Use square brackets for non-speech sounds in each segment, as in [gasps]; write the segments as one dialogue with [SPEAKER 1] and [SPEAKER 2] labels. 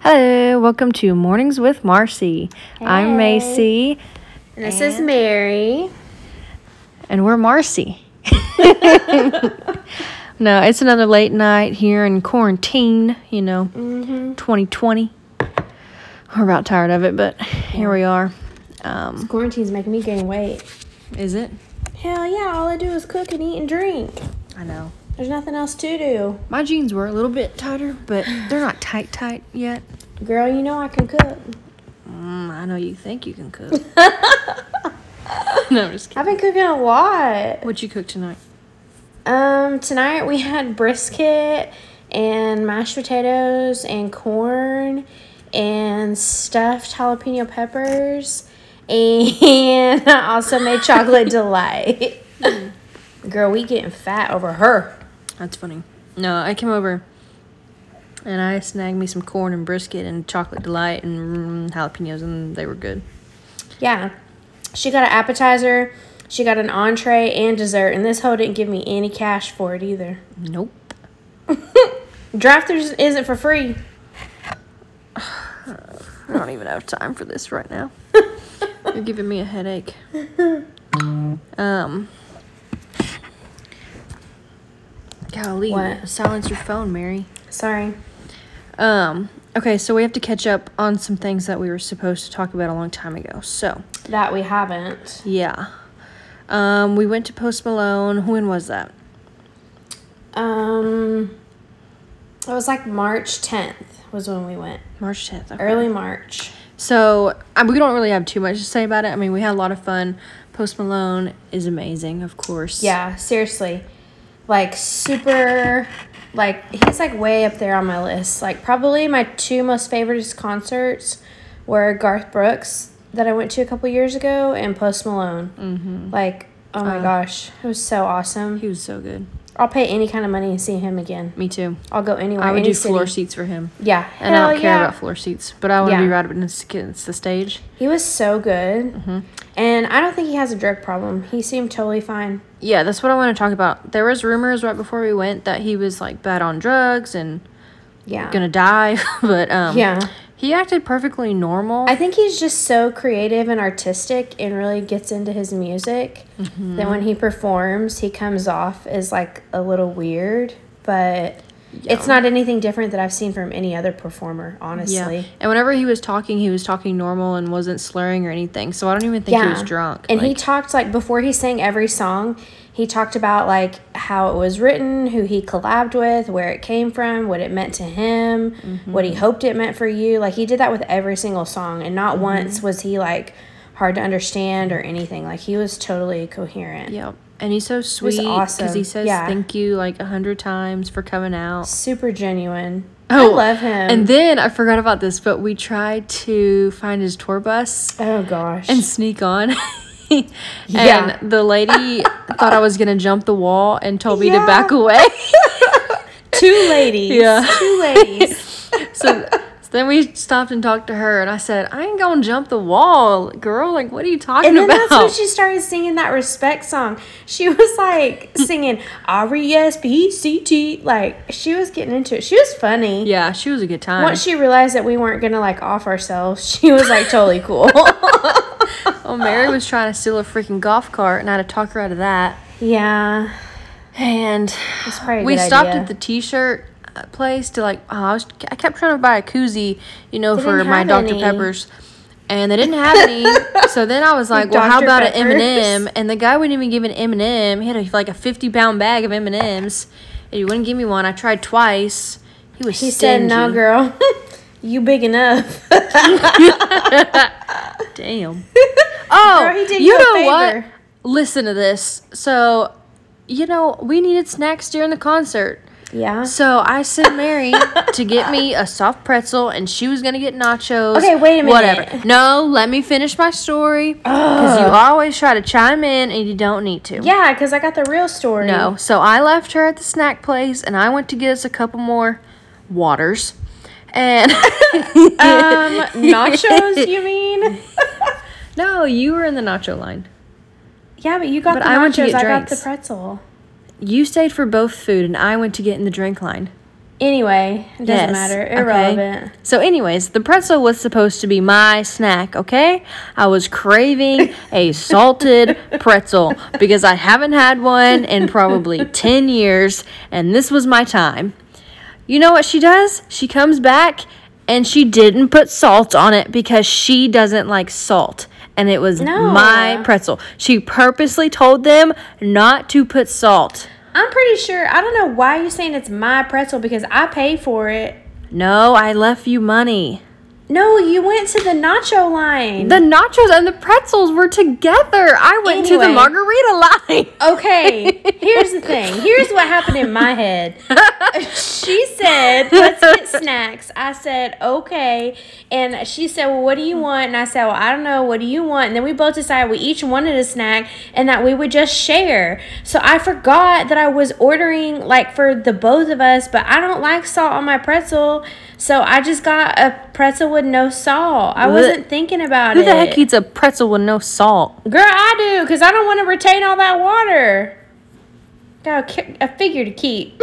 [SPEAKER 1] Hello, welcome to Mornings with Marcy. I'm Macy,
[SPEAKER 2] And this is Mary.
[SPEAKER 1] and we're [laughs] Marcy. no, it's another late night here in quarantine, you know, Mm-hmm. 2020. We're about tired of it, but here we are. Um,
[SPEAKER 2] Quarantine's making me gain weight.
[SPEAKER 1] is it?
[SPEAKER 2] Hell yeah, all I do is cook and eat and drink.
[SPEAKER 1] I know.
[SPEAKER 2] There's nothing else to do.
[SPEAKER 1] My jeans were a little bit tighter, but they're not tight, tight yet.
[SPEAKER 2] Girl, you know I can cook.
[SPEAKER 1] Mm, I know you think you can [laughs] cook. no, I'm just kidding.
[SPEAKER 2] I've been cooking a lot.
[SPEAKER 1] What you cook tonight?
[SPEAKER 2] Um, tonight we had brisket and mashed potatoes and corn and stuffed jalapeno peppers. And [laughs] I also made [laughs] chocolate delight. Girl, we getting fat over her.
[SPEAKER 1] That's funny. No, I came over and I snagged me some corn and brisket and chocolate delight and mm, jalapenos, and they were good.
[SPEAKER 2] Yeah. She got an appetizer, she got an entree and dessert, and this hoe didn't give me any cash for it either.
[SPEAKER 1] Nope.
[SPEAKER 2] Drive through isn't for free.
[SPEAKER 1] I don't even have time for this right now. [laughs] You're giving me a [laughs] headache. Um. Golly,
[SPEAKER 2] What?
[SPEAKER 1] silence your phone, Mary.
[SPEAKER 2] Sorry.
[SPEAKER 1] Um. Okay, so we have to catch up on some things that we were supposed to talk about a long time ago. So,
[SPEAKER 2] That we haven't.
[SPEAKER 1] yeah. Um, we went to Post Malone. When was that?
[SPEAKER 2] Um it was like March 10th was when we went.
[SPEAKER 1] March 10th. okay.
[SPEAKER 2] Early March.
[SPEAKER 1] So um, we don't really have too much to say about it. I mean, we had a lot of fun. Post Malone is amazing, of course.
[SPEAKER 2] Yeah, seriously. Like super like he's like way up there on my list. Like probably my two most favorite concerts were Garth Brooks that I went to a couple years ago and Post Malone. Mm-hmm. Like oh my gosh, it was so awesome.
[SPEAKER 1] Uh, he was so good.
[SPEAKER 2] I'll pay any kind of money to see him again.
[SPEAKER 1] Me too.
[SPEAKER 2] I'll go anywhere.
[SPEAKER 1] I would
[SPEAKER 2] any
[SPEAKER 1] do
[SPEAKER 2] city.
[SPEAKER 1] floor seats for him,
[SPEAKER 2] Yeah,
[SPEAKER 1] and I
[SPEAKER 2] hell
[SPEAKER 1] don't care about floor seats, but I want to be
[SPEAKER 2] Yeah.
[SPEAKER 1] right up against the stage.
[SPEAKER 2] He was so good,
[SPEAKER 1] Mm-hmm.
[SPEAKER 2] and I don't think he has a drug problem. He seemed totally fine.
[SPEAKER 1] Yeah, that's what I want to talk about. There was rumors right before we went that he was like bad on drugs and
[SPEAKER 2] Yeah,
[SPEAKER 1] gonna die, [laughs] but um,
[SPEAKER 2] Yeah.
[SPEAKER 1] he acted perfectly normal.
[SPEAKER 2] I think he's just so creative and artistic and really gets into his music that when he performs, he comes off as like a little weird, but it's not anything different that I've seen from any other performer, honestly.
[SPEAKER 1] yeah, and whenever he was talking, he was talking normal and wasn't slurring or anything. So I don't even think he was drunk.
[SPEAKER 2] And he
[SPEAKER 1] like-
[SPEAKER 2] talked like before he sang every song, he talked about like how it was written, who he collabed with, where it came from, what it meant to him,
[SPEAKER 1] Mm-hmm.
[SPEAKER 2] what he hoped it meant for you. Like he did that with every single song and
[SPEAKER 1] Mm-hmm.
[SPEAKER 2] not once was he like hard to understand or anything. Like he was totally coherent.
[SPEAKER 1] Yep. And he's so sweet because he
[SPEAKER 2] awesome.
[SPEAKER 1] says
[SPEAKER 2] Yeah.
[SPEAKER 1] thank you like a hundred times for coming out.
[SPEAKER 2] Super genuine.
[SPEAKER 1] Oh,
[SPEAKER 2] I love him.
[SPEAKER 1] And then I forgot about this, but we tried to find his tour bus
[SPEAKER 2] oh gosh.
[SPEAKER 1] and sneak on. [laughs] and
[SPEAKER 2] Yeah.
[SPEAKER 1] the
[SPEAKER 2] [laughs]
[SPEAKER 1] lady thought I was gonna jump the wall and told me to
[SPEAKER 2] Yeah.
[SPEAKER 1] back
[SPEAKER 2] [laughs]
[SPEAKER 1] away.
[SPEAKER 2] two ladies.
[SPEAKER 1] Yeah.
[SPEAKER 2] [laughs] Two ladies.
[SPEAKER 1] so, so then we stopped and talked to her, and I said, "I ain't gonna jump the wall, girl. Like, what are you talking
[SPEAKER 2] And then
[SPEAKER 1] about?"
[SPEAKER 2] that's when she started singing that respect song. She
[SPEAKER 1] [laughs]
[SPEAKER 2] was like singing R E S P E C T. Like she was getting into it. She was funny.
[SPEAKER 1] yeah, she was a good time.
[SPEAKER 2] Once she realized that we weren't gonna like off ourselves, [laughs] she was like
[SPEAKER 1] [laughs]
[SPEAKER 2] totally cool.
[SPEAKER 1] oh, Mary was trying to steal a freaking golf cart, and I had to talk her out of that.
[SPEAKER 2] yeah,
[SPEAKER 1] And
[SPEAKER 2] it's probably a
[SPEAKER 1] we
[SPEAKER 2] good
[SPEAKER 1] stopped
[SPEAKER 2] idea.
[SPEAKER 1] at the t-shirt uh, place to like oh, I was I kept trying to buy a koozie, you know,
[SPEAKER 2] They
[SPEAKER 1] for
[SPEAKER 2] didn't
[SPEAKER 1] my
[SPEAKER 2] have
[SPEAKER 1] Dr
[SPEAKER 2] any.
[SPEAKER 1] Peppers, and they didn't have
[SPEAKER 2] [laughs]
[SPEAKER 1] any. so then I was like, well, how
[SPEAKER 2] Dr.
[SPEAKER 1] about an M
[SPEAKER 2] Peppers.
[SPEAKER 1] and m And the guy wouldn't even give an M and m He had a, like a fifty pound bag of M and M's, and he wouldn't give me one. I tried twice. He was
[SPEAKER 2] He said,
[SPEAKER 1] stingy.
[SPEAKER 2] "No, girl, [laughs] you big enough." [laughs]
[SPEAKER 1] Damn. Oh,
[SPEAKER 2] Girl, he did
[SPEAKER 1] you
[SPEAKER 2] you a
[SPEAKER 1] know what?
[SPEAKER 2] favor.
[SPEAKER 1] Listen to this. So, you know, we needed snacks during the concert.
[SPEAKER 2] Yeah.
[SPEAKER 1] So I sent Mary to get me a soft pretzel, and she was gonna get nachos.
[SPEAKER 2] Okay, wait a minute.
[SPEAKER 1] Whatever. No, let me finish my story. Because you always try to chime in, and you don't need to.
[SPEAKER 2] Yeah, because I got the real story.
[SPEAKER 1] No. So I left her at the snack place, and I went to get us a couple more waters, and [laughs]
[SPEAKER 2] [laughs] Um, nachos, you mean?
[SPEAKER 1] no, you were in the nacho line.
[SPEAKER 2] Yeah, but you got
[SPEAKER 1] But
[SPEAKER 2] the
[SPEAKER 1] I
[SPEAKER 2] nachos.
[SPEAKER 1] went to get
[SPEAKER 2] I got the
[SPEAKER 1] drinks.
[SPEAKER 2] pretzel.
[SPEAKER 1] You stayed for both food, and I went to get in the drink line.
[SPEAKER 2] Anyway, it doesn't
[SPEAKER 1] Yes,
[SPEAKER 2] matter.
[SPEAKER 1] okay.
[SPEAKER 2] Irrelevant.
[SPEAKER 1] So, anyways, the pretzel was supposed to be my snack, okay? I was craving a
[SPEAKER 2] [laughs]
[SPEAKER 1] salted pretzel because I haven't had one in
[SPEAKER 2] [laughs]
[SPEAKER 1] probably 10 years, and this was my time. You know what she does? She comes back and she didn't put salt on it because she doesn't like salt. And it was
[SPEAKER 2] No.
[SPEAKER 1] my pretzel. She purposely told them not to put salt.
[SPEAKER 2] I'm pretty sure. I don't know why you're saying it's my pretzel because I pay for it.
[SPEAKER 1] No, I left you money.
[SPEAKER 2] No, you went to the nacho line.
[SPEAKER 1] The nachos and the pretzels were together. I went to the
[SPEAKER 2] Anyway.
[SPEAKER 1] margarita line. [laughs]
[SPEAKER 2] okay, here's the thing. Here's what happened in my head. she said, "Let's get snacks." I said, "Okay," and she said, "Well, what do you want?" And I said, "Well, I don't know. What do you want?" And then we both decided we each wanted a snack and that we would just share. So I forgot that I was ordering like for the both of us, but I don't like salt on my pretzel, so I just got a pretzel with no salt. I wasn't thinking about
[SPEAKER 1] Who
[SPEAKER 2] it.
[SPEAKER 1] the heck eats a pretzel with no salt?
[SPEAKER 2] Girl, I do, because I don't want to retain all that water. Got a, ki- a figure
[SPEAKER 1] [laughs]
[SPEAKER 2] to keep.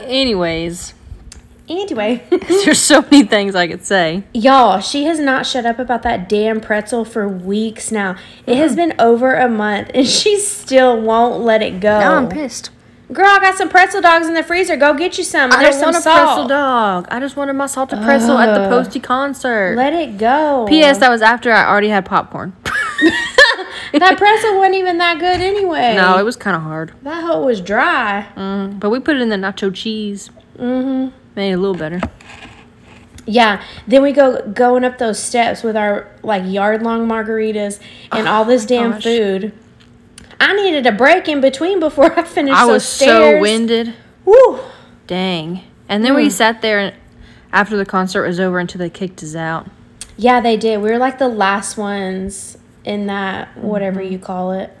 [SPEAKER 1] Anyways, [laughs]
[SPEAKER 2] anyway.
[SPEAKER 1] there's so many things I could say.
[SPEAKER 2] Y'all, she has not shut up about that damn pretzel for weeks now. It has been over a month, and she still won't let it go.
[SPEAKER 1] pissed.
[SPEAKER 2] Girl, I got some pretzel dogs in the freezer. Go get you some.
[SPEAKER 1] I
[SPEAKER 2] There's
[SPEAKER 1] don't
[SPEAKER 2] some
[SPEAKER 1] want a pretzel
[SPEAKER 2] salt.
[SPEAKER 1] dog. I just wanted my salted pretzel at the Posty concert.
[SPEAKER 2] Let it go.
[SPEAKER 1] P.S. That was after I already had popcorn.
[SPEAKER 2] [laughs] that pretzel wasn't even that good anyway.
[SPEAKER 1] no, it was kind of hard.
[SPEAKER 2] that hoe was dry.
[SPEAKER 1] Mm, but we put it in the nacho cheese.
[SPEAKER 2] Mm-hmm.
[SPEAKER 1] Made it a little better.
[SPEAKER 2] Yeah. Then we go going up those steps with our like yard long margaritas and all this damn
[SPEAKER 1] Oh gosh.
[SPEAKER 2] food. I needed a break in between before [laughs] I finished.
[SPEAKER 1] I
[SPEAKER 2] those
[SPEAKER 1] was so
[SPEAKER 2] stairs.
[SPEAKER 1] winded.
[SPEAKER 2] Woo.
[SPEAKER 1] Dang. And then we sat there and after the concert was over until they kicked us out.
[SPEAKER 2] Yeah, they did. We were like the last ones in that whatever
[SPEAKER 1] Mm-hmm.
[SPEAKER 2] you call it.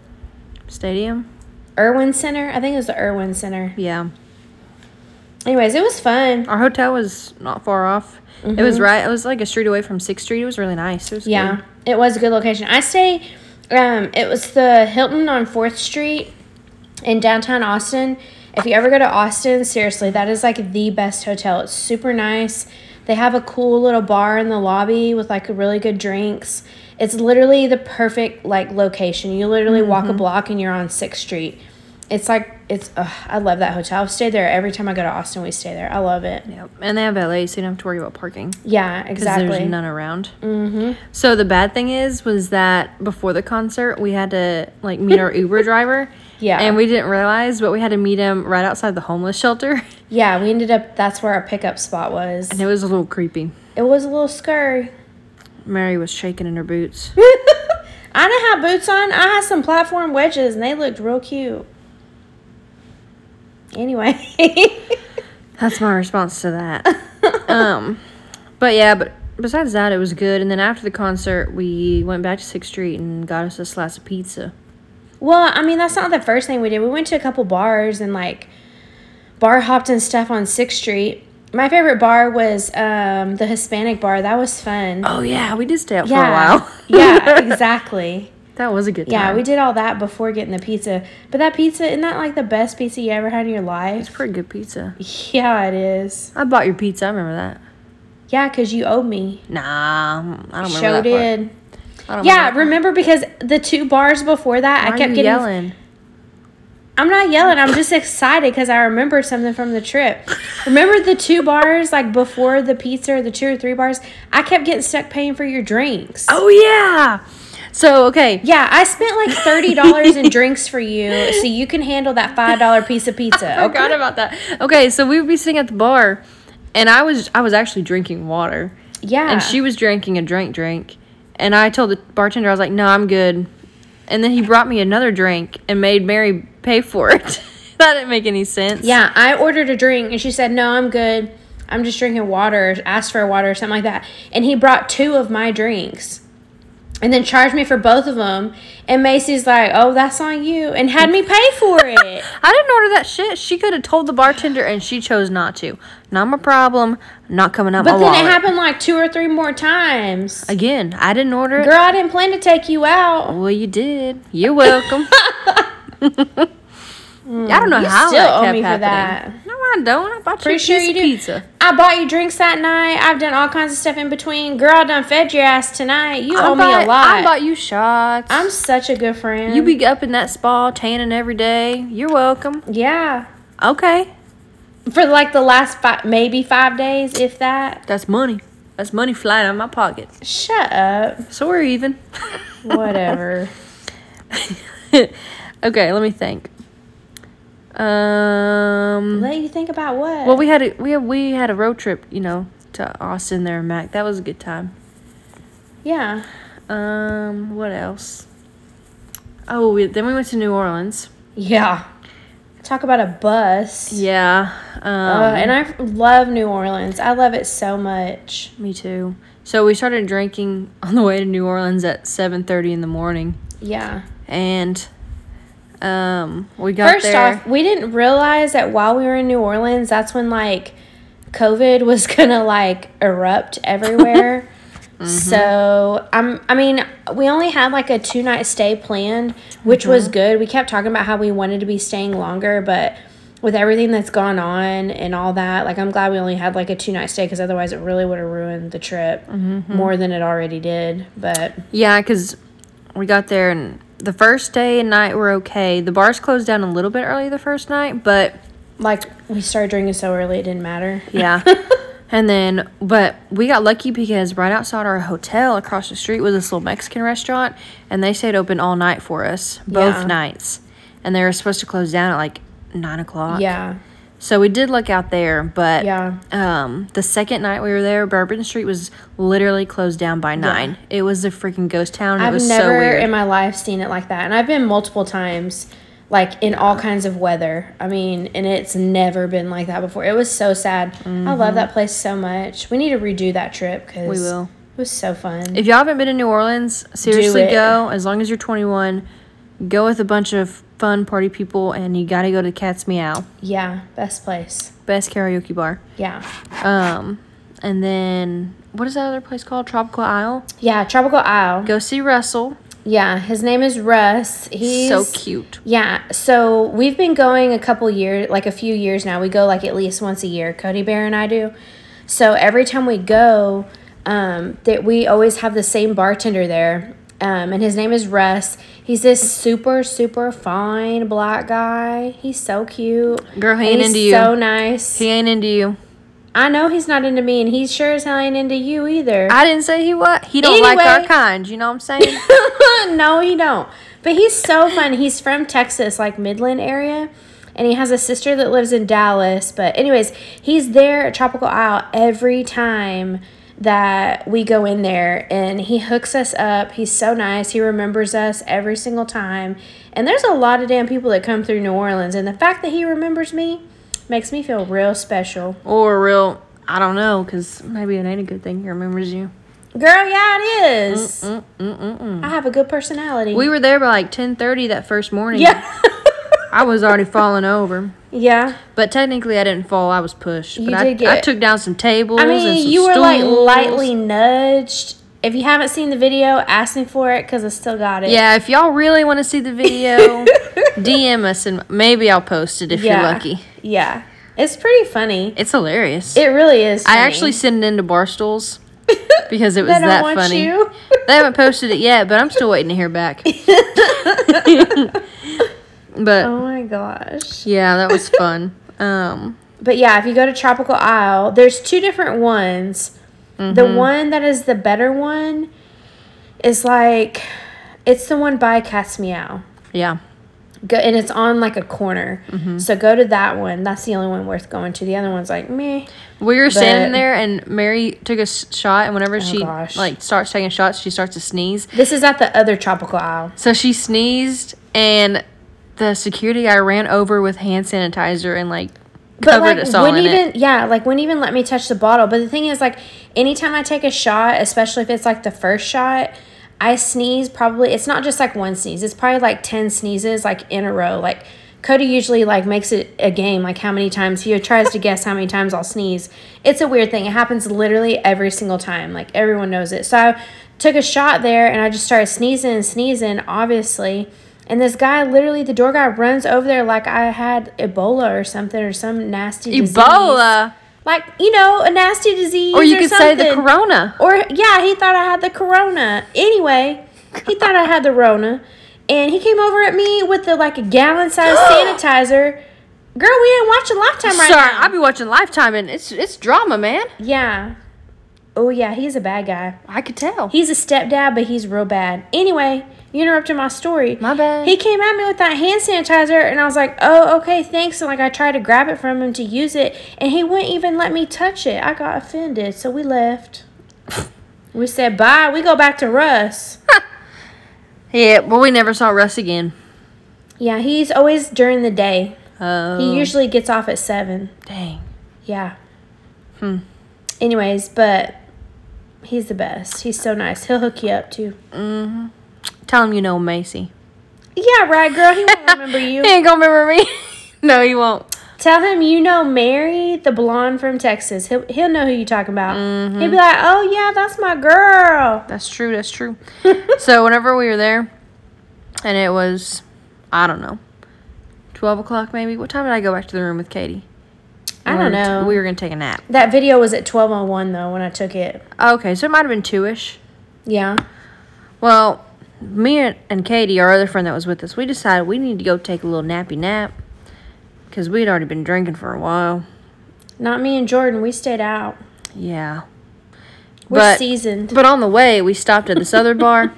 [SPEAKER 1] Stadium?
[SPEAKER 2] Irwin Center. I think it was the Irwin Center.
[SPEAKER 1] Yeah.
[SPEAKER 2] Anyways, it was fun.
[SPEAKER 1] Our hotel was not far off. It was right. It was like a street away from Sixth Street. It was really nice. It was
[SPEAKER 2] Mm-hmm. Yeah,
[SPEAKER 1] good.
[SPEAKER 2] it was a good location. I stay. Um, it was the Hilton on Fourth Street in downtown Austin. If you ever go to Austin, seriously, that is like the best hotel. It's super nice. They have a cool little bar in the lobby with like really good drinks. It's literally the perfect like location. You literally walk a
[SPEAKER 1] Mm-hmm.
[SPEAKER 2] block and you're on Sixth Street. It's like it's. Ugh, I love that hotel. I've stayed there every time I go to Austin. We stay there. I love it.
[SPEAKER 1] Yep. And they have LA, so you don't have to worry about parking because
[SPEAKER 2] Yeah, exactly.
[SPEAKER 1] there's none around. Mm-hmm. So the bad thing is, was that before the concert we had to like meet our Uber
[SPEAKER 2] [laughs]
[SPEAKER 1] driver.
[SPEAKER 2] Yeah.
[SPEAKER 1] And we didn't realize, but we had to meet him right outside the homeless shelter, [laughs]
[SPEAKER 2] yeah, we ended up. That's where our pickup spot was.
[SPEAKER 1] and it was a little creepy.
[SPEAKER 2] It was a little scary.
[SPEAKER 1] Mary was shaking in her boots.
[SPEAKER 2] I didn't have boots on. I had some platform wedges, and they looked real cute. Anyway, [laughs]
[SPEAKER 1] That's my response to [laughs] that. um, but yeah, but besides that, it was good. And then after the concert, we went back to Sixth Street and got us a slice of pizza.
[SPEAKER 2] well, I mean that's not the first thing we did. We went to a couple bars and like bar hopped and stuff on Sixth Street. My favorite bar was um, the Hispanic bar. That was fun.
[SPEAKER 1] Oh yeah, we did stay out
[SPEAKER 2] yeah,
[SPEAKER 1] for a [laughs] while.
[SPEAKER 2] [laughs] yeah, exactly.
[SPEAKER 1] that was a good time.
[SPEAKER 2] Yeah, we did all that before getting the pizza. But that pizza isn't that like the best pizza you ever had in your life? [laughs]
[SPEAKER 1] It's pretty good pizza.
[SPEAKER 2] Yeah, it is.
[SPEAKER 1] I bought your pizza. I remember that.
[SPEAKER 2] Yeah, cause you owed me.
[SPEAKER 1] Nah, I don't remember
[SPEAKER 2] Show
[SPEAKER 1] that part.
[SPEAKER 2] did.
[SPEAKER 1] I don't
[SPEAKER 2] Yeah,
[SPEAKER 1] remember
[SPEAKER 2] remember because the two bars before that,
[SPEAKER 1] that.
[SPEAKER 2] I
[SPEAKER 1] Why
[SPEAKER 2] kept
[SPEAKER 1] are you
[SPEAKER 2] getting.
[SPEAKER 1] yelling.
[SPEAKER 2] I'm not yelling. I'm just excited because I remember something from the trip. Remember the two bars like before the pizza, or the two or three bars. I kept getting stuck paying for your drinks.
[SPEAKER 1] Oh yeah. So okay,
[SPEAKER 2] Yeah, I spent like thirty dollars in drinks for you, so you can handle that five dollar piece
[SPEAKER 1] [laughs]
[SPEAKER 2] of pizza.
[SPEAKER 1] I
[SPEAKER 2] Okay.
[SPEAKER 1] forgot about that. Okay, so we would be sitting at the bar, and I was I was actually drinking water.
[SPEAKER 2] Yeah.
[SPEAKER 1] and she was drinking a drink drink and i told the bartender i was like no i'm good and then he brought me another drink and made mary pay for it [laughs] that didn't make any sense
[SPEAKER 2] Yeah, I ordered a drink and she said, No, I'm good. I'm just drinking water, asked for water or something like that. And he brought two of my drinks and then charged me for both of them. And Macy's like, Oh, that's on you. And had me pay
[SPEAKER 1] [laughs]
[SPEAKER 2] for it.
[SPEAKER 1] i didn't order that shit she could have told the bartender and she chose not to not my problem not coming out
[SPEAKER 2] But
[SPEAKER 1] my
[SPEAKER 2] then
[SPEAKER 1] wallet
[SPEAKER 2] it happened like two or three more times.
[SPEAKER 1] again i didn't order it
[SPEAKER 2] Girl, I didn't plan to take you out.
[SPEAKER 1] [laughs]
[SPEAKER 2] [laughs]
[SPEAKER 1] well you did you're welcome I don't know
[SPEAKER 2] Mm, You
[SPEAKER 1] how
[SPEAKER 2] still
[SPEAKER 1] that
[SPEAKER 2] owe
[SPEAKER 1] kept
[SPEAKER 2] me for
[SPEAKER 1] happening.
[SPEAKER 2] that.
[SPEAKER 1] No, I don't. I bought
[SPEAKER 2] Pretty
[SPEAKER 1] you a
[SPEAKER 2] sure
[SPEAKER 1] piece
[SPEAKER 2] you
[SPEAKER 1] of
[SPEAKER 2] do.
[SPEAKER 1] pizza.
[SPEAKER 2] I bought you drinks that night. I've done all kinds of stuff in between. Girl, I done fed your ass tonight. You
[SPEAKER 1] I
[SPEAKER 2] owe
[SPEAKER 1] bought,
[SPEAKER 2] me a lot.
[SPEAKER 1] I bought you shots.
[SPEAKER 2] I'm such a good friend.
[SPEAKER 1] you be up in that spa tanning every day. You're welcome.
[SPEAKER 2] yeah.
[SPEAKER 1] Okay,
[SPEAKER 2] For like the last five, maybe five days, if that.
[SPEAKER 1] that's money. That's money flying out of my pocket.
[SPEAKER 2] Shut up.
[SPEAKER 1] So we're even. [laughs]
[SPEAKER 2] Whatever.
[SPEAKER 1] okay, let me think. Um.
[SPEAKER 2] Let you think about what?
[SPEAKER 1] Well, we had a we had, we had a road trip, you know, to Austin there, Mac. That was a good time.
[SPEAKER 2] yeah.
[SPEAKER 1] Um, what else? Oh, we, then we went to New Orleans.
[SPEAKER 2] Yeah. Talk about a bus.
[SPEAKER 1] Yeah. Um,
[SPEAKER 2] Uh, and I love New Orleans. I love it so much.
[SPEAKER 1] me too. So we started drinking on the way to New Orleans at seven thirty in the morning,
[SPEAKER 2] Yeah.
[SPEAKER 1] and um, we got
[SPEAKER 2] First
[SPEAKER 1] there.
[SPEAKER 2] off, we didn't realize that while we were in New Orleans, that's when like COVID [laughs] was gonna like erupt everywhere. So I'm I mean, we only had like a two night stay planned, which was good. We kept talking about how we wanted to be staying longer, but with everything that's gone on and all that, like I'm glad we only had like a two night stay because otherwise it really would have ruined the trip more than it already did. But
[SPEAKER 1] Yeah, because we got there and the first day and night were okay. The bars closed down a little bit early the first night, but
[SPEAKER 2] like we started drinking so early, it didn't matter.
[SPEAKER 1] yeah.
[SPEAKER 2] [laughs]
[SPEAKER 1] and then, but we got lucky because right outside our hotel across the street was this little Mexican restaurant and they stayed open all night for us, both
[SPEAKER 2] Yeah.
[SPEAKER 1] nights. And they were supposed to close down at like nine o'clock.
[SPEAKER 2] Yeah.
[SPEAKER 1] So we did look out there, but
[SPEAKER 2] Yeah.
[SPEAKER 1] um, the second night we were there, Bourbon Street was literally closed down by nine. It was a freaking ghost town. and it
[SPEAKER 2] I've
[SPEAKER 1] was so
[SPEAKER 2] never
[SPEAKER 1] weird.
[SPEAKER 2] in my life seen it like that. And I've been multiple times, like in all kinds of weather. I mean, and it's never been like that before. It was so sad. I love that place so much. We need to redo that trip because
[SPEAKER 1] Mm-hmm. We will.
[SPEAKER 2] It was so fun.
[SPEAKER 1] If y'all haven't been to New Orleans, seriously
[SPEAKER 2] it.
[SPEAKER 1] go. As long as you're 21, go with a bunch of fun party people, and you gotta go to Cat's Meow,
[SPEAKER 2] yeah, best place.
[SPEAKER 1] best karaoke bar.
[SPEAKER 2] Yeah.
[SPEAKER 1] Um, and then what is that other place called? Tropical Isle.
[SPEAKER 2] Yeah, Tropical Isle.
[SPEAKER 1] Go see Russell.
[SPEAKER 2] Yeah, his name is Russ. He's
[SPEAKER 1] so cute.
[SPEAKER 2] Yeah, so we've been going a couple years, like a few years now. We go like at least once a year. Cody Bear and I do. So every time we go, um, that we always have the same bartender there, um, and his name is Russ. He's this super super fine black guy. He's so cute.
[SPEAKER 1] Girl, he
[SPEAKER 2] And
[SPEAKER 1] ain't
[SPEAKER 2] he's
[SPEAKER 1] into you.
[SPEAKER 2] So nice.
[SPEAKER 1] He ain't into you.
[SPEAKER 2] I know he's not into me, and he sure as hell ain't into you either.
[SPEAKER 1] I didn't say he what. He don't like
[SPEAKER 2] Anyway.
[SPEAKER 1] our kind. You know what I'm saying?
[SPEAKER 2] [laughs] no, he don't. But he's so fun. He's from Texas, like Midland area, and he has a sister that lives in Dallas. But anyways, he's there at Tropical Isle every time that we go in there and he hooks us up. He's so nice. He remembers us every single time. And there's a lot of damn people that come through New Orleans and the fact that he remembers me makes me feel real special.
[SPEAKER 1] or real. I don't know, cause maybe it ain't a good thing. He remembers you.
[SPEAKER 2] Girl, yeah, it is. I have a good personality.
[SPEAKER 1] We were there by like 10:30 that first morning.
[SPEAKER 2] [laughs] yeah.
[SPEAKER 1] I was already falling over.
[SPEAKER 2] yeah.
[SPEAKER 1] But technically, I didn't fall. I was pushed.
[SPEAKER 2] You
[SPEAKER 1] but I,
[SPEAKER 2] did get-
[SPEAKER 1] I took down some tables.
[SPEAKER 2] I
[SPEAKER 1] and
[SPEAKER 2] mean,
[SPEAKER 1] some
[SPEAKER 2] you were like
[SPEAKER 1] stools.
[SPEAKER 2] lightly nudged. If you haven't seen the video, ask me for it because I still got it.
[SPEAKER 1] Yeah, if y'all really want to see the
[SPEAKER 2] [laughs]
[SPEAKER 1] video, DM us and maybe I'll post it if you're lucky.
[SPEAKER 2] Yeah. It's pretty funny.
[SPEAKER 1] It's hilarious.
[SPEAKER 2] It really is.
[SPEAKER 1] I
[SPEAKER 2] funny.
[SPEAKER 1] actually sent it into
[SPEAKER 2] [laughs]
[SPEAKER 1] Barstools because it was
[SPEAKER 2] They don't
[SPEAKER 1] that
[SPEAKER 2] want
[SPEAKER 1] funny. [laughs]
[SPEAKER 2] you.
[SPEAKER 1] they haven't posted it yet, but I'm still waiting to hear
[SPEAKER 2] [laughs]
[SPEAKER 1] back. [laughs] but
[SPEAKER 2] oh my gosh.
[SPEAKER 1] yeah, that was fun. Um,
[SPEAKER 2] But yeah, if you go to Tropical Isle, there's two different ones. The
[SPEAKER 1] Mm-hmm.
[SPEAKER 2] one that is the better one is like, it's the one by Cats Meow.
[SPEAKER 1] yeah.
[SPEAKER 2] Go, and it's on like a corner.
[SPEAKER 1] Mm-hmm.
[SPEAKER 2] So go to that one. That's the only one worth going to. The other one's like, meh.
[SPEAKER 1] We were standing
[SPEAKER 2] But-
[SPEAKER 1] there, and Mary took a s- shot, and whenever she
[SPEAKER 2] gosh.
[SPEAKER 1] like starts taking shots, she starts to sneeze.
[SPEAKER 2] This is at the other Tropical Isle.
[SPEAKER 1] So she sneezed, and the security guy ran over with hand sanitizer and like
[SPEAKER 2] but
[SPEAKER 1] covered
[SPEAKER 2] like
[SPEAKER 1] us all in
[SPEAKER 2] wouldn't even
[SPEAKER 1] it.
[SPEAKER 2] yeah like wouldn't even let me touch the bottle but the thing is like anytime i take a shot especially if it's like the first shot i sneeze probably it's not just like one sneeze it's probably like 10 sneezes like in a row like cody usually like makes it a game like how many times he tries to guess how many times i'll sneeze it's a weird thing it happens literally every single time like everyone knows it so i took a shot there and i just started sneezing and sneezing obviously And this guy, literally, the door guy runs over there like I had Ebola or something or some nasty disease.
[SPEAKER 1] Ebola.
[SPEAKER 2] Like, you know, a nasty disease.
[SPEAKER 1] Or you could say the
[SPEAKER 2] something.
[SPEAKER 1] corona.
[SPEAKER 2] Or, yeah, he thought I had the corona. Anyway, he thought I had the Rona. And he came over at me with the, like a gallon
[SPEAKER 1] [gasps]
[SPEAKER 2] size sanitizer. Girl, we ain't watching Lifetime right
[SPEAKER 1] Sorry,
[SPEAKER 2] now.
[SPEAKER 1] I've been watching Lifetime and it's it's drama, man.
[SPEAKER 2] yeah. Oh, yeah, he's a bad guy.
[SPEAKER 1] I could tell.
[SPEAKER 2] He's a stepdad, but he's real bad. Anyway, you interrupted my story.
[SPEAKER 1] My bad.
[SPEAKER 2] He came at me with that hand sanitizer, and I was like, oh, okay, thanks. And like, I tried to grab it from him to use it, and he wouldn't even let me touch it. I got offended, so we left. [laughs] we said bye. We go back to Russ.
[SPEAKER 1] yeah, but we never saw Russ again.
[SPEAKER 2] Yeah, he's always during the day.
[SPEAKER 1] Oh,
[SPEAKER 2] He usually gets off at seven.
[SPEAKER 1] dang.
[SPEAKER 2] Yeah.
[SPEAKER 1] Hmm.
[SPEAKER 2] Anyways, but he's the best. He's so nice. He'll hook you up too.
[SPEAKER 1] hmm Tell him you know Macy.
[SPEAKER 2] Yeah, right, girl. He won't remember you.
[SPEAKER 1] he ain't gonna remember me. [laughs] no, he won't.
[SPEAKER 2] Tell him you know Mary, the blonde from Texas. He'll, he'll know who you're talking about. He'll be like, oh, yeah, that's my girl.
[SPEAKER 1] That's true. That's true. [laughs] so whenever we were there, and it was, I don't know, twelve o'clock maybe. What time did I go back to the room with Katie?
[SPEAKER 2] I
[SPEAKER 1] We
[SPEAKER 2] don't
[SPEAKER 1] were gonna-
[SPEAKER 2] know.
[SPEAKER 1] we were gonna take a nap.
[SPEAKER 2] That video was at 1201, though, when I took it.
[SPEAKER 1] Okay, so it might have been two ish.
[SPEAKER 2] Yeah.
[SPEAKER 1] Well, me and- and Katie, our other friend that was with us, we decided we need to go take a little nappy nap because we'd already been drinking for a while.
[SPEAKER 2] Not me and Jordan. We stayed out.
[SPEAKER 1] Yeah.
[SPEAKER 2] We're
[SPEAKER 1] But-
[SPEAKER 2] seasoned.
[SPEAKER 1] But on the way, we stopped at this other bar,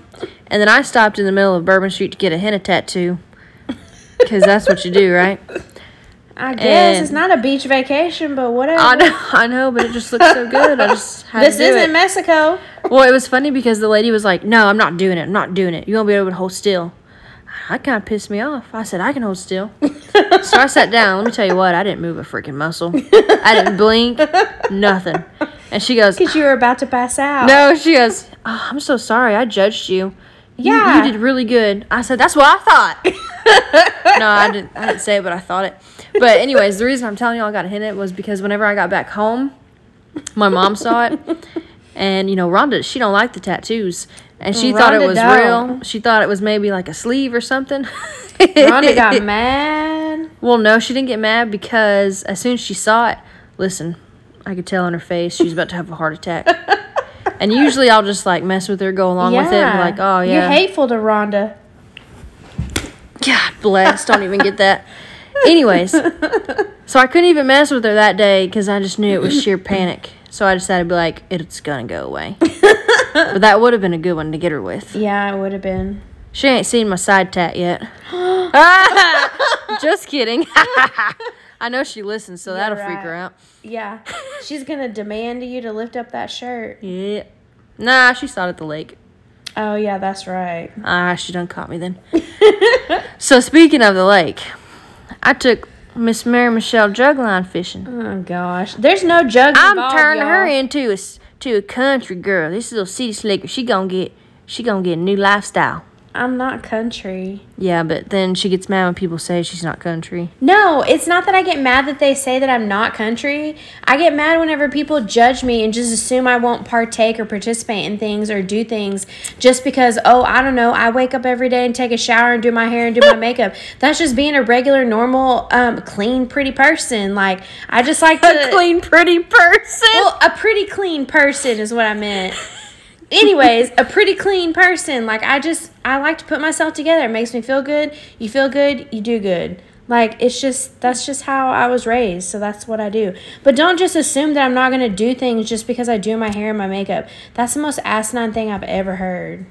[SPEAKER 1] and then I stopped in the middle of Bourbon Street to get a henna tattoo because that's what you do, right?
[SPEAKER 2] I guess it's
[SPEAKER 1] and-
[SPEAKER 2] not a beach vacation, but whatever.
[SPEAKER 1] I know, I know, but it just looks so good. I just had
[SPEAKER 2] this
[SPEAKER 1] to do
[SPEAKER 2] isn't
[SPEAKER 1] it.
[SPEAKER 2] Mexico.
[SPEAKER 1] Well, it was funny because the lady was like, "No, I'm not doing it. I'm not doing it. You won't be able to hold still." That kind of pissed me off. I said, "I can hold still." so I sat down. Let me tell you what. I didn't move a freaking muscle. I didn't blink. Nothing. And she goes,
[SPEAKER 2] Because you were about to pass out.
[SPEAKER 1] "No." She goes, oh, "I'm so sorry. I judged you. You-
[SPEAKER 2] Yeah.
[SPEAKER 1] you, did really good." I said, "That's what I
[SPEAKER 2] [laughs]
[SPEAKER 1] thought." no, I didn't. I didn't say it, but I thought it. But anyways, the reason I'm telling y'all I got hit it was because whenever I got back home, my mom saw it. And you know, Rhonda, she don't like the tattoos, and she thought it
[SPEAKER 2] Rhonda
[SPEAKER 1] was
[SPEAKER 2] don't.
[SPEAKER 1] real. She thought it was maybe like a sleeve or something. [laughs]
[SPEAKER 2] Rhonda got mad.
[SPEAKER 1] Well, no, she didn't get mad because as soon as she saw it, listen, I could tell on her face she's about to have a heart attack. and usually, I'll just like mess with her, go along with it, and be like, oh yeah,
[SPEAKER 2] You're hateful to Rhonda.
[SPEAKER 1] [laughs] God bless. Don't even get that. Anyways, so I couldn't even mess with her that day because I just knew it was sheer panic. So I decided to be like, it's gonna go away. but that would have been a good one to get her with.
[SPEAKER 2] Yeah, it would have been.
[SPEAKER 1] She ain't seen my side tat yet. [laughs] just kidding. [laughs] I know she listens, so that'll freak her
[SPEAKER 2] right.
[SPEAKER 1] out.
[SPEAKER 2] Yeah. She's going to demand you to lift up that shirt.
[SPEAKER 1] Yeah. Nah, she saw it at the lake.
[SPEAKER 2] Oh, yeah, that's right.
[SPEAKER 1] Ah, she done caught me then. [laughs] so speaking of the lake, I took Miss Mary Michelle Jugline fishing.
[SPEAKER 2] Oh gosh, there's no jugs.
[SPEAKER 1] I'm
[SPEAKER 2] involved,
[SPEAKER 1] turning
[SPEAKER 2] y'all.
[SPEAKER 1] her into a s- to a country girl. This little city slicker, she gonna get she gonna get a new lifestyle.
[SPEAKER 2] I'm not country.
[SPEAKER 1] Yeah, but then she gets mad when people say she's not country.
[SPEAKER 2] No, it's not that I get mad that they say that I'm not country. I get mad whenever people judge me and just assume I won't partake or participate in things or do things just because, oh, I don't know, I wake up every day and take a shower and do my hair and [laughs] do my makeup. That's just being a regular, normal, um, clean, pretty person. Like, I just like [laughs] to.
[SPEAKER 1] pretty person.
[SPEAKER 2] Well, a pretty clean person is what I meant. Anyways, a pretty clean person. Like I just I like to put myself together. It makes me feel good. You feel good, you do good. Like it's just that's just how I was raised, so that's what I do. But don't just assume that I'm not gonna do things just because I do my hair and my makeup. That's the most asinine thing I've ever heard.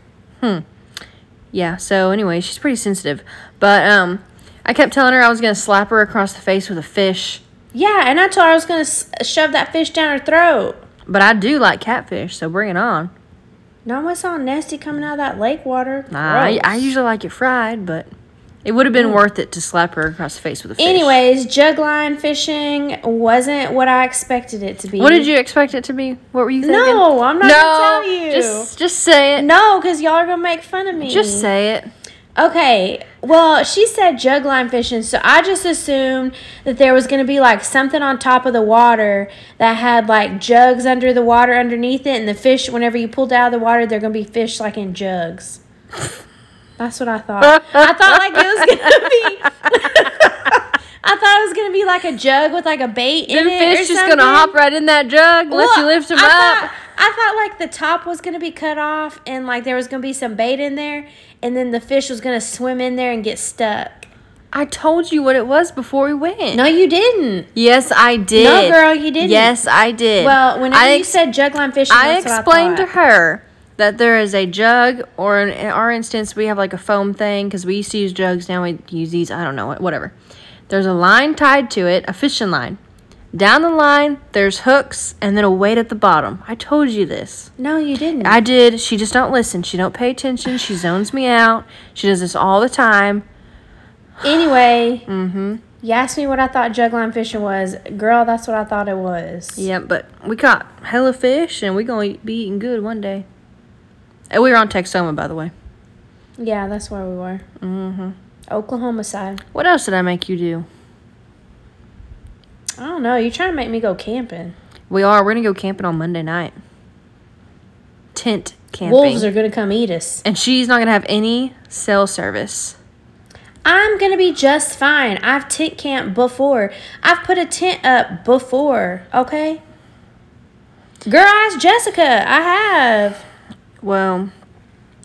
[SPEAKER 1] yeah. So anyway, she's pretty sensitive, but um, I kept telling her I was gonna slap her across the face with a fish.
[SPEAKER 2] Yeah, and I told her I was gonna s- shove that fish down her throat.
[SPEAKER 1] But I do like catfish, so bring it on.
[SPEAKER 2] No, it's all nasty coming out of that lake water.
[SPEAKER 1] I, I
[SPEAKER 2] Gross. Mm.
[SPEAKER 1] usually like it fried, but it would have been worth it to slap her across the face with a fish.
[SPEAKER 2] Anyways, jug line fishing wasn't what I expected it to be.
[SPEAKER 1] What did you expect it to be? What were you thinking?
[SPEAKER 2] No, I'm not gonna tell you.
[SPEAKER 1] Just just say it.
[SPEAKER 2] No, because y'all are gonna make fun of me.
[SPEAKER 1] Just say it.
[SPEAKER 2] Okay. Well, she said jug line fishing, so I just assumed that there was gonna be like something on top of the water that had like jugs under the water underneath it, and the fish, whenever you pulled out of the water, they're gonna be fish like in jugs. That's what I thought. I thought like it was gonna be. [laughs] I thought it was gonna be like a jug with like a bait in
[SPEAKER 1] Them
[SPEAKER 2] it. or
[SPEAKER 1] fish just
[SPEAKER 2] something.
[SPEAKER 1] gonna hop right in that jug unless you
[SPEAKER 2] Well,
[SPEAKER 1] lift them
[SPEAKER 2] I
[SPEAKER 1] up.
[SPEAKER 2] Thought, I thought like the top was gonna be cut off and like there was gonna be some bait in there, and then the fish was gonna swim in there and get stuck.
[SPEAKER 1] I told you what it was before we went.
[SPEAKER 2] No, you didn't.
[SPEAKER 1] Yes, I did.
[SPEAKER 2] No, girl, you didn't.
[SPEAKER 1] Yes, I did.
[SPEAKER 2] Well, whenever
[SPEAKER 1] I
[SPEAKER 2] you
[SPEAKER 1] ex-
[SPEAKER 2] said jugline fishing,
[SPEAKER 1] I
[SPEAKER 2] that's what
[SPEAKER 1] explained to
[SPEAKER 2] thought.
[SPEAKER 1] her that there is a jug, or in, in our instance, we have like a foam thing because we used to use jugs. Now we use these. I don't know, whatever. There's a line tied to it, a fishing line. Down the line, there's hooks, and then a weight at the bottom. I told you this.
[SPEAKER 2] No, you didn't.
[SPEAKER 1] I did. She just don't listen. She don't pay attention. She zones me out. She does this all the time.
[SPEAKER 2] anyway, mm-hmm. you asked me what I thought jugline fishing was. Girl, that's what I thought it was.
[SPEAKER 1] Yeah, but we caught hella fish, and we're gonna be eating good one day. And we were on Texoma, by the way.
[SPEAKER 2] Yeah, that's where we were. Mm-hmm. Oklahoma side.
[SPEAKER 1] What else did I make you do?
[SPEAKER 2] I don't know. You're trying to make me go camping.
[SPEAKER 1] We are. We're gonna go camping on Monday night. Tent camping.
[SPEAKER 2] Wolves are gonna come eat us.
[SPEAKER 1] and she's not gonna have any cell service.
[SPEAKER 2] I'm gonna be just fine. I've tent camped before. I've put a tent up before. Okay. Girl, ask Jessica. I have.
[SPEAKER 1] Well,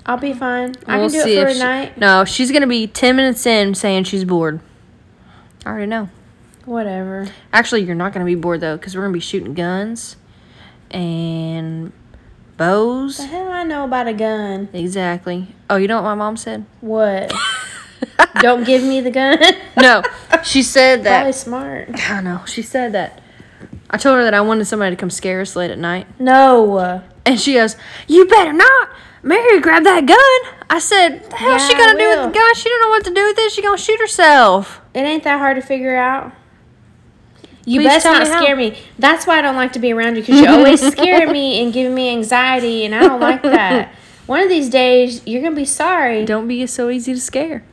[SPEAKER 2] I'll be fine. I
[SPEAKER 1] we'll
[SPEAKER 2] can do
[SPEAKER 1] see
[SPEAKER 2] it for
[SPEAKER 1] if
[SPEAKER 2] a
[SPEAKER 1] she-
[SPEAKER 2] night.
[SPEAKER 1] No, she's gonna be ten minutes in saying she's bored. I already know.
[SPEAKER 2] Whatever.
[SPEAKER 1] Actually, you're not gonna be bored though, because we're gonna be shooting guns and bows.
[SPEAKER 2] The hell I know about a gun?
[SPEAKER 1] Exactly. Oh, you know what my mom said? [laughs]
[SPEAKER 2] What? Don't give me the gun.
[SPEAKER 1] No, she
[SPEAKER 2] [laughs]
[SPEAKER 1] said
[SPEAKER 2] Probably
[SPEAKER 1] that.
[SPEAKER 2] smart.
[SPEAKER 1] I know. She said that. I told her that I wanted somebody to come scare us late at night.
[SPEAKER 2] No.
[SPEAKER 1] And she goes, You better not. Mary, grab that gun. I said, The hell's she
[SPEAKER 2] Yeah, I
[SPEAKER 1] gonna do with
[SPEAKER 2] will.
[SPEAKER 1] the gun? She don't know what to do with it. She gonna shoot herself.
[SPEAKER 2] It ain't that hard to figure out. You
[SPEAKER 1] Please
[SPEAKER 2] best
[SPEAKER 1] tell
[SPEAKER 2] not
[SPEAKER 1] me how.
[SPEAKER 2] scare me. That's why I don't like to be around you because you
[SPEAKER 1] [laughs]
[SPEAKER 2] always scare me and give me anxiety, and I don't like that. One of these days, you're gonna be sorry.
[SPEAKER 1] Don't be so easy to scare.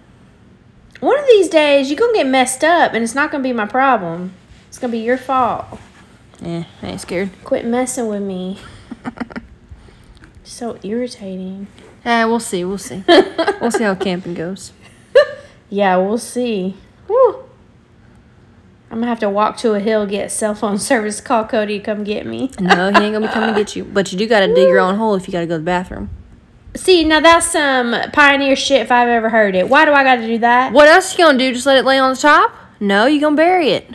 [SPEAKER 2] One of these days, you're gonna get messed up, and it's not gonna be my problem. It's gonna be your fault.
[SPEAKER 1] Eh, I ain't scared.
[SPEAKER 2] Quit messing with me. so irritating.
[SPEAKER 1] Eh, we'll see. We'll see. [laughs] we'll see how camping goes.
[SPEAKER 2] Yeah, we'll see. Whew. I'm gonna have to walk to a hill, get cell phone [laughs] service, call Cody to come get me.
[SPEAKER 1] No, he ain't gonna be coming to get you. But you do gotta dig your own hole if you gotta go to the bathroom.
[SPEAKER 2] [laughs] See, now that's some pioneer shit if I've ever heard it. Why do I got to do that?
[SPEAKER 1] What else you gonna do? Just let it lay on the top? No, you gonna bury it.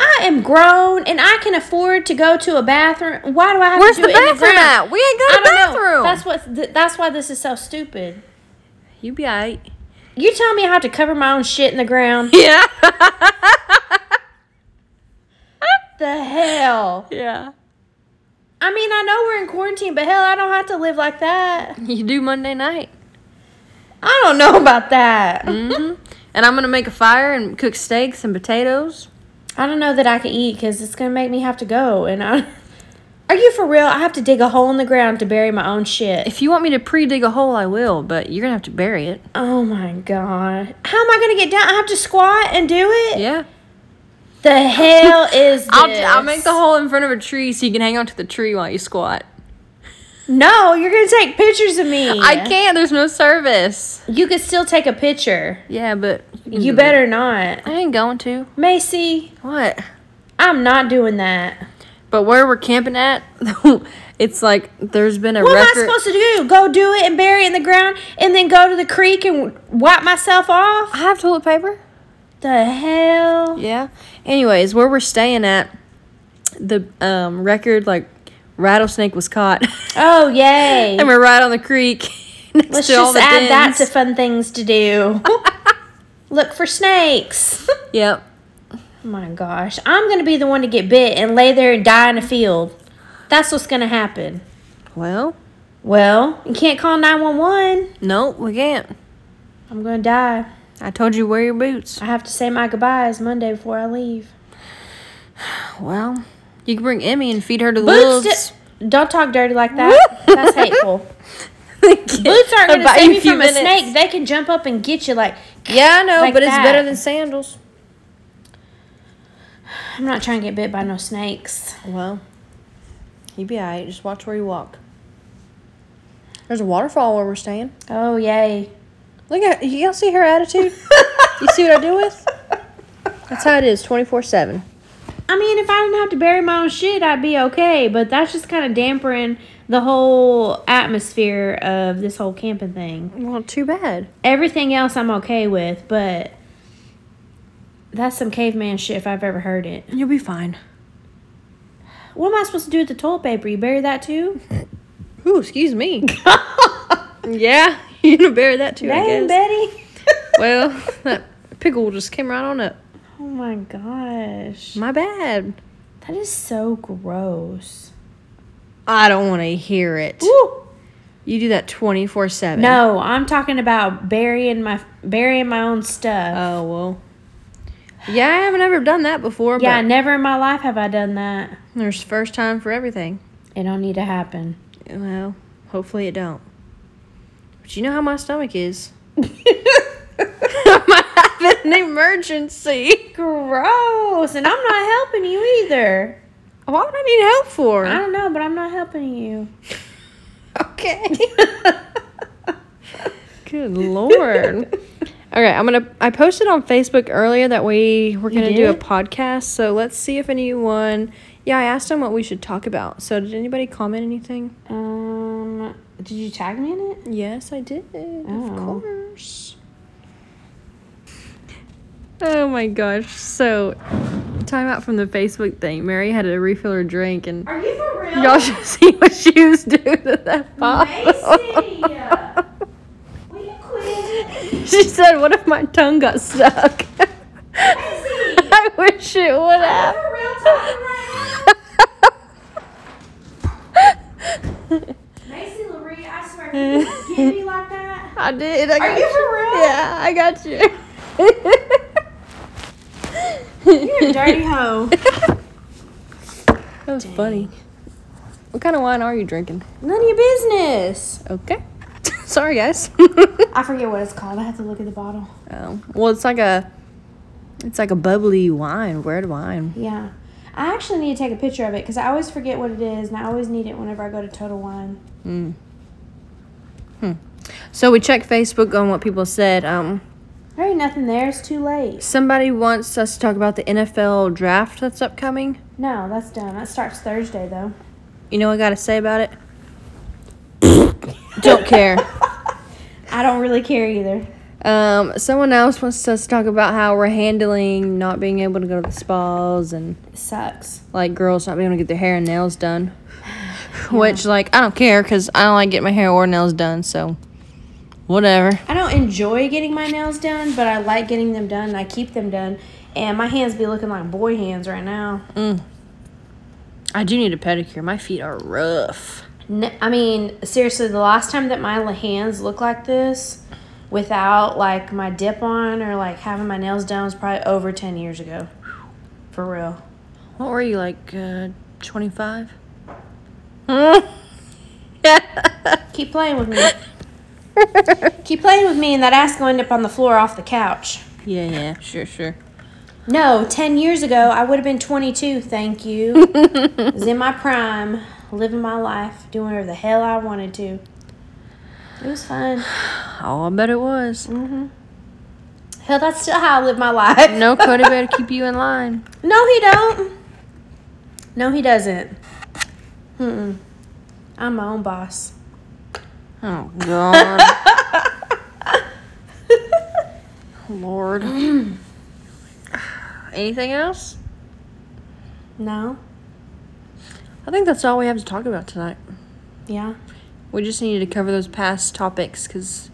[SPEAKER 2] I am grown and I can afford to go to a bathroom. Why do I have
[SPEAKER 1] Where's
[SPEAKER 2] to do
[SPEAKER 1] the
[SPEAKER 2] it in the
[SPEAKER 1] bathroom
[SPEAKER 2] ground?
[SPEAKER 1] at? We ain't
[SPEAKER 2] I
[SPEAKER 1] got a
[SPEAKER 2] don't
[SPEAKER 1] bathroom.
[SPEAKER 2] know. That's what. Th- that's why this is so stupid.
[SPEAKER 1] you be alright.
[SPEAKER 2] You tell me I have to cover my own shit in the ground.
[SPEAKER 1] Yeah.
[SPEAKER 2] [laughs]
[SPEAKER 1] [laughs]
[SPEAKER 2] the hell.
[SPEAKER 1] Yeah.
[SPEAKER 2] I mean, I know we're in quarantine, but hell, I don't have to live like that.
[SPEAKER 1] You do Monday night.
[SPEAKER 2] I don't know about that.
[SPEAKER 1] Mm-hmm. And I'm gonna make a fire and cook steaks and potatoes.
[SPEAKER 2] I don't know that I can eat because it's gonna make me have to go. And I, [laughs] are you for real? I have to dig a hole in the ground to bury my own shit.
[SPEAKER 1] If you want me to pre-dig a hole, I will, but you're gonna have to bury it.
[SPEAKER 2] Oh my god. How am I gonna get down? I have to squat and do it?
[SPEAKER 1] Yeah.
[SPEAKER 2] The hell [laughs] is this?
[SPEAKER 1] I'll, I'll make the hole in front of a tree so you can hang onto the tree while you squat.
[SPEAKER 2] No, you're gonna take pictures of me.
[SPEAKER 1] I can't. There's no service.
[SPEAKER 2] You could still take a picture.
[SPEAKER 1] Yeah, but
[SPEAKER 2] You better not.
[SPEAKER 1] I ain't going to.
[SPEAKER 2] Macy,
[SPEAKER 1] What?
[SPEAKER 2] I'm not doing that.
[SPEAKER 1] But where we're camping at, [laughs] it's like there's been a
[SPEAKER 2] What am I
[SPEAKER 1] record.
[SPEAKER 2] supposed to do? Go do it and bury it in the ground and then go to the creek and wipe myself off?
[SPEAKER 1] I have toilet paper.
[SPEAKER 2] The hell?
[SPEAKER 1] Yeah. Anyways, where we're staying at, the um, record like rattlesnake was caught, [laughs]
[SPEAKER 2] Oh, yay.
[SPEAKER 1] and we're right on the creek. [laughs] next
[SPEAKER 2] Let's
[SPEAKER 1] to all
[SPEAKER 2] just
[SPEAKER 1] the
[SPEAKER 2] add that
[SPEAKER 1] dens.
[SPEAKER 2] to fun things to do. [laughs] Look for snakes. Oh
[SPEAKER 1] Yep.
[SPEAKER 2] my gosh. I'm going to be the one to get bit and lay there and die in a field. That's what's going to happen.
[SPEAKER 1] Well,
[SPEAKER 2] Well, you can't call 911.
[SPEAKER 1] no, we can't.
[SPEAKER 2] I'm going to die.
[SPEAKER 1] I told you wear your boots.
[SPEAKER 2] I have to say my goodbyes Monday before I leave.
[SPEAKER 1] Well, you can bring Emmy and feed her to the
[SPEAKER 2] Boots.
[SPEAKER 1] [laughs] wolves.
[SPEAKER 2] di- don't talk dirty like that.
[SPEAKER 1] [laughs]
[SPEAKER 2] That's hateful. Boots aren't going to
[SPEAKER 1] About
[SPEAKER 2] save
[SPEAKER 1] a
[SPEAKER 2] you
[SPEAKER 1] few
[SPEAKER 2] from
[SPEAKER 1] minutes.
[SPEAKER 2] a snake. They can jump up and get you. Like,
[SPEAKER 1] Yeah, I know,
[SPEAKER 2] Like
[SPEAKER 1] but
[SPEAKER 2] that.
[SPEAKER 1] it's better than sandals.
[SPEAKER 2] I'm not trying to get bit by no snakes.
[SPEAKER 1] Well, you be alright. Just watch where you walk. There's a waterfall where we're staying.
[SPEAKER 2] Oh, yay.
[SPEAKER 1] Look at you all see her attitude? you see what I do with? That's how it is, twenty four seven.
[SPEAKER 2] I mean, if I didn't have to bury my own shit, I'd be okay. But that's just kind of dampering the whole atmosphere of this whole camping thing.
[SPEAKER 1] Well, too bad.
[SPEAKER 2] Everything else I'm okay with, but that's some caveman shit if I've ever heard it.
[SPEAKER 1] You'll be fine.
[SPEAKER 2] What am I supposed to do with the toilet paper? You bury
[SPEAKER 1] [laughs]
[SPEAKER 2] that too?
[SPEAKER 1] Ooh, excuse me. [laughs] yeah, you gonna bury that too,
[SPEAKER 2] Dang,
[SPEAKER 1] I guess.
[SPEAKER 2] Betty.
[SPEAKER 1] [laughs] well, that pickle just came right on up.
[SPEAKER 2] [laughs] Oh my gosh.
[SPEAKER 1] My bad.
[SPEAKER 2] That is so gross.
[SPEAKER 1] I don't want to hear it.
[SPEAKER 2] Woo!
[SPEAKER 1] You do that twenty four seven.
[SPEAKER 2] No, I'm talking about burying my burying my own stuff.
[SPEAKER 1] Oh well. Yeah, I haven't ever done that before.
[SPEAKER 2] yeah,
[SPEAKER 1] but
[SPEAKER 2] never in my life have I done that.
[SPEAKER 1] There's first time for everything.
[SPEAKER 2] It don't need to happen.
[SPEAKER 1] Well, hopefully it don't. But you know how my stomach [laughs] is. I might have an emergency.
[SPEAKER 2] Gross, and I'm not helping you either.
[SPEAKER 1] Why would I need help for?
[SPEAKER 2] I don't know, but I'm not helping you.
[SPEAKER 1] Okay. [laughs] Good lord. Okay, I'm gonna. I posted on Facebook earlier that we were gonna do a
[SPEAKER 2] did?
[SPEAKER 1] podcast. So let's see if anyone. Yeah, I asked them what we should talk about. So did anybody comment anything?
[SPEAKER 2] Um, did you tag me in it?
[SPEAKER 1] Yes, I did. Of
[SPEAKER 2] Oh.
[SPEAKER 1] course. Oh my gosh. So, time out from the Facebook thing. Mary had to refill her drink, and
[SPEAKER 2] Are you for real?
[SPEAKER 1] y'all should [laughs] see what she was doing to that
[SPEAKER 2] Macy!
[SPEAKER 1] bottle. [laughs]
[SPEAKER 2] Will you quit?
[SPEAKER 1] she said, What if my tongue got stuck? [laughs] I wish it would have.
[SPEAKER 2] For real talking right now? Macy Laree, I swear, can you get me like that?
[SPEAKER 1] [laughs]
[SPEAKER 2] [laughs]
[SPEAKER 1] I did. I
[SPEAKER 2] Are
[SPEAKER 1] got
[SPEAKER 2] you for real?
[SPEAKER 1] Yeah, I got you.
[SPEAKER 2] You're
[SPEAKER 1] [laughs]
[SPEAKER 2] a dirty hoe.
[SPEAKER 1] That was funny. What kind of wine are you drinking?
[SPEAKER 2] None of your business.
[SPEAKER 1] Okay. [laughs] Sorry, [laughs] guys.
[SPEAKER 2] I forget what it's called. I have to look at the bottle.
[SPEAKER 1] oh, well, it's like a, it's like a bubbly wine, red wine.
[SPEAKER 2] Yeah. I actually need to take a picture of it because I always forget what it is and I always need it whenever I go to Total Wine.
[SPEAKER 1] So we checked Facebook on what people said. Um,
[SPEAKER 2] There ain't nothing there. It's too late.
[SPEAKER 1] somebody wants us to talk about the NFL draft that's upcoming.
[SPEAKER 2] No, that's done. That starts Thursday though.
[SPEAKER 1] You know what I gotta say about [laughs] it? Don't care.
[SPEAKER 2] I don't really care either.
[SPEAKER 1] Um, someone else wants us to talk about how we're handling not being able to go to the spas and
[SPEAKER 2] It sucks.
[SPEAKER 1] like girls not being able to get their hair and nails [sighs] done. Which like I don't care because I don't like getting my hair or nails done, so whatever.
[SPEAKER 2] I don't enjoy getting my nails done, but I like getting them done and I keep them done. And my hands be looking like boy hands right now.
[SPEAKER 1] I do need a pedicure. My feet are rough.
[SPEAKER 2] N- I mean, seriously, the last time that my l- hands looked like this without like my dip on or like having my nails done was probably over 10 years ago. For real.
[SPEAKER 1] What were you like, uh, twenty [laughs] five?
[SPEAKER 2] Keep playing with me.
[SPEAKER 1] [laughs]
[SPEAKER 2] Keep playing with me, and that ass going up on the floor off the couch.
[SPEAKER 1] Yeah, yeah, sure, sure.
[SPEAKER 2] No, 10 years ago, I would have been 22, thank
[SPEAKER 1] [laughs]
[SPEAKER 2] you. I was in my prime, living my life, doing whatever the hell I wanted to. It was fun.
[SPEAKER 1] Oh, I bet it was.
[SPEAKER 2] Hell, that's still how I live my life.
[SPEAKER 1] No, Cody
[SPEAKER 2] [laughs]
[SPEAKER 1] better keep you in line.
[SPEAKER 2] No, he don't. No, he doesn't. Mm-mm. I'm my own boss.
[SPEAKER 1] Oh God. [laughs] Lord. [clears throat] Anything else?
[SPEAKER 2] No?
[SPEAKER 1] I think that's all we have to talk about tonight.
[SPEAKER 2] Yeah?
[SPEAKER 1] We just needed to cover those past topics because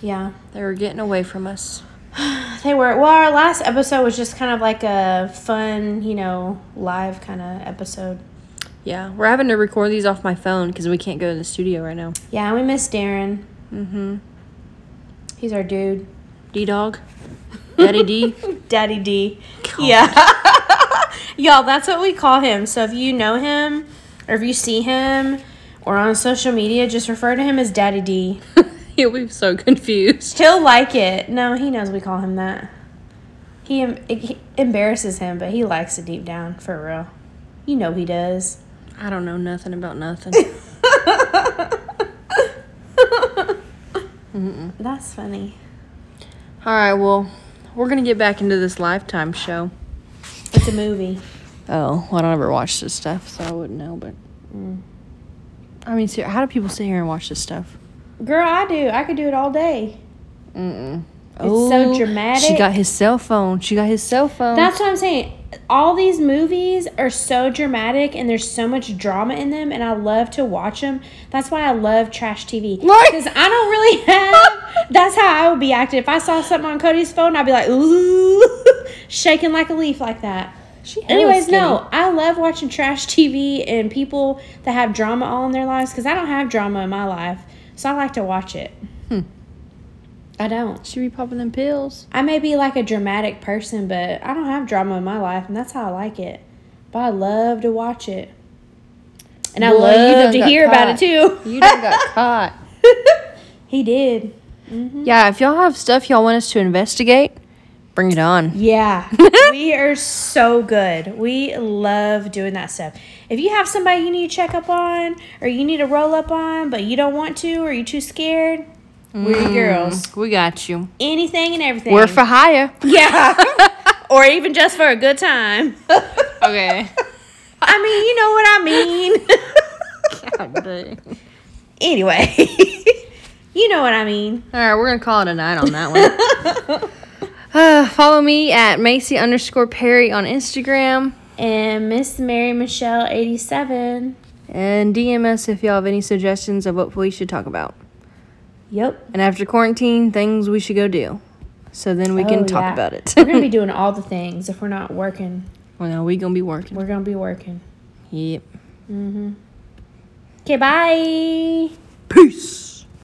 [SPEAKER 2] Yeah.
[SPEAKER 1] they were getting away from us.
[SPEAKER 2] They were. Well, our last episode was just kind of like a fun, you know, live kind of episode.
[SPEAKER 1] Yeah, we're having to record these off my phone because we can't go to the studio right now.
[SPEAKER 2] Yeah, we miss Darren.
[SPEAKER 1] Mm-hmm.
[SPEAKER 2] He's our dude.
[SPEAKER 1] D Dog, Daddy [laughs] D.
[SPEAKER 2] Daddy D. Yeah. [laughs] Y'all, that's what we call him. So if you know him or if you see him or on social media, just refer to him as Daddy D.
[SPEAKER 1] He'll be so confused.
[SPEAKER 2] He'll like it. No, he knows we call him that. He, em- it, he embarrasses him, but he likes it deep down, for real. You know he does.
[SPEAKER 1] I don't know nothing about nothing.
[SPEAKER 2] That's funny.
[SPEAKER 1] [laughs] All right, well, we're going to get back into this Lifetime show.
[SPEAKER 2] It's a movie.
[SPEAKER 1] Oh, well, I don't ever watch this stuff, so I wouldn't know, but. mm. I mean, ser- how do people sit here and watch this stuff?
[SPEAKER 2] Girl, I do. I could do it all day.
[SPEAKER 1] Mm-mm.
[SPEAKER 2] It's so dramatic.
[SPEAKER 1] Oh, She got his cell phone. She got his cell phone.
[SPEAKER 2] That's what I'm saying. All these movies are so dramatic and there's so much drama in them, and I love to watch them. That's why I love trash TV.
[SPEAKER 1] Right.
[SPEAKER 2] Because I don't really [laughs] have. that's how I would be acting. If I saw something on Cody's phone, I'd be like, ooh, [laughs] shaking like a leaf like that.
[SPEAKER 1] she hella
[SPEAKER 2] Anyways,
[SPEAKER 1] skinny.
[SPEAKER 2] no, I love watching trash TV and people that have drama all in their lives because I don't have drama in my life, so I like to watch it.
[SPEAKER 1] Hmm.
[SPEAKER 2] I don't.
[SPEAKER 1] She be popping them pills.
[SPEAKER 2] I may be like a dramatic person, but I don't have drama in my life, and that's how I like it. But I love to watch it, and I
[SPEAKER 1] Boy, you
[SPEAKER 2] love
[SPEAKER 1] done
[SPEAKER 2] to
[SPEAKER 1] got
[SPEAKER 2] hear about it
[SPEAKER 1] caught.
[SPEAKER 2] too.
[SPEAKER 1] You done
[SPEAKER 2] [laughs]
[SPEAKER 1] got caught.
[SPEAKER 2] he did.
[SPEAKER 1] Yeah, if y'all have stuff y'all want us to investigate, bring it on. [laughs]
[SPEAKER 2] Yeah, we are so good. We love doing that stuff. If you have somebody you need to check up on, or you need to roll up on, but you don't want to, or you're too scared, we're your girls.
[SPEAKER 1] We got you.
[SPEAKER 2] Anything and everything.
[SPEAKER 1] Mm-hmm. We're for hire. [laughs]
[SPEAKER 2] yeah, or even just for a good time.
[SPEAKER 1] Okay.
[SPEAKER 2] I mean, you know what I mean.
[SPEAKER 1] All
[SPEAKER 2] anyway, [laughs] you know what I mean.
[SPEAKER 1] right, we're gonna call it a night on that one.
[SPEAKER 2] [laughs]
[SPEAKER 1] Uh, follow me at Macy underscore Perry on Instagram
[SPEAKER 2] And Miss Mary Michelle eighty seven.
[SPEAKER 1] and DM us if y'all have any suggestions of what we should talk about.
[SPEAKER 2] Yep.
[SPEAKER 1] And after quarantine, things we should go do. So then we
[SPEAKER 2] Oh,
[SPEAKER 1] can talk
[SPEAKER 2] yeah.
[SPEAKER 1] about it.
[SPEAKER 2] [laughs] we're gonna be doing all the things. If we're not working,
[SPEAKER 1] well, no, we gonna be working.
[SPEAKER 2] we're gonna be working.
[SPEAKER 1] Yep.
[SPEAKER 2] Okay, bye.
[SPEAKER 1] Peace.